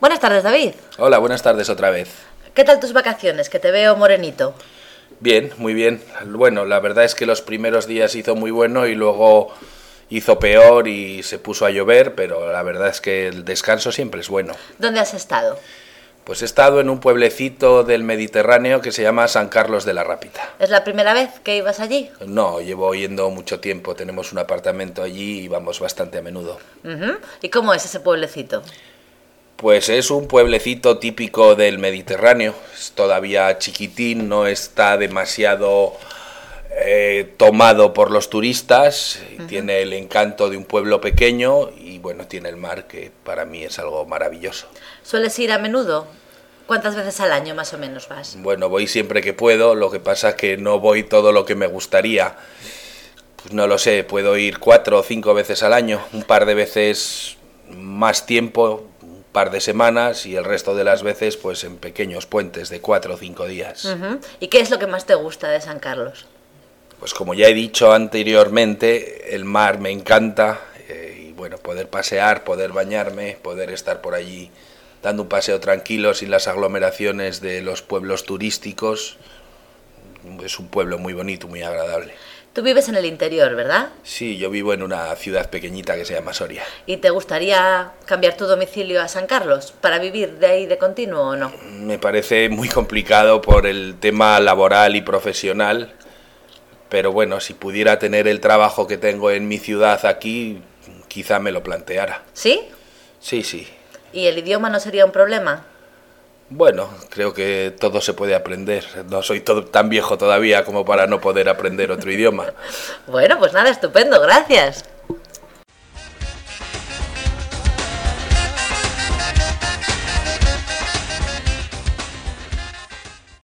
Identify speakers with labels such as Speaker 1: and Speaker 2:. Speaker 1: Buenas tardes, David.
Speaker 2: Hola, buenas tardes otra vez.
Speaker 1: ¿Qué tal tus vacaciones? Que te veo morenito.
Speaker 2: Bien, muy bien. Bueno, la verdad es que los primeros días hizo muy bueno y luego hizo peor y se puso a llover, pero la verdad es que el descanso siempre es bueno.
Speaker 1: ¿Dónde has estado?
Speaker 2: Pues he estado en un pueblecito del Mediterráneo que se llama San Carlos de la Rápita.
Speaker 1: ¿Es la primera vez que ibas allí?
Speaker 2: No, llevo yendo mucho tiempo, tenemos un apartamento allí y vamos bastante a menudo.
Speaker 1: Ujú. ¿Y cómo es ese pueblecito?
Speaker 2: Pues es un pueblecito típico del Mediterráneo, es todavía chiquitín, no está demasiado eh, tomado por los turistas, y tiene el encanto de un pueblo pequeño y bueno, tiene el mar que para mí es algo maravilloso.
Speaker 1: ¿Sueles ir a menudo? ¿Cuántas veces al año más o menos vas?
Speaker 2: Bueno, voy siempre que puedo, lo que pasa es que no voy todo lo que me gustaría. Pues no lo sé, puedo ir cuatro o cinco veces al año, un par de veces más tiempo, un par de semanas y el resto de las veces pues en pequeños puentes de cuatro o cinco días.
Speaker 1: Ujú. ¿Y qué es lo que más te gusta de San Carlos?
Speaker 2: Pues como ya he dicho anteriormente, el mar me encanta eh, y bueno, poder pasear, poder bañarme, poder estar por allí dando un paseo tranquilo sin las aglomeraciones de los pueblos turísticos. Es un pueblo muy bonito, muy agradable.
Speaker 1: Tú vives en el interior, ¿verdad?
Speaker 2: Sí, yo vivo en una ciudad pequeñita que se llama Soria.
Speaker 1: ¿Y te gustaría cambiar tu domicilio a San Carlos para vivir de ahí de continuo o no?
Speaker 2: Me parece muy complicado por el tema laboral y profesional, pero bueno, si pudiera tener el trabajo que tengo en mi ciudad aquí, quizá me lo planteara.
Speaker 1: ¿Sí?
Speaker 2: Sí, sí.
Speaker 1: ¿Y el idioma no sería un problema?
Speaker 2: Bueno, creo que todo se puede aprender. No soy todo- tan viejo todavía como para no poder aprender otro idioma.
Speaker 1: Bueno, pues nada, estupendo, gracias.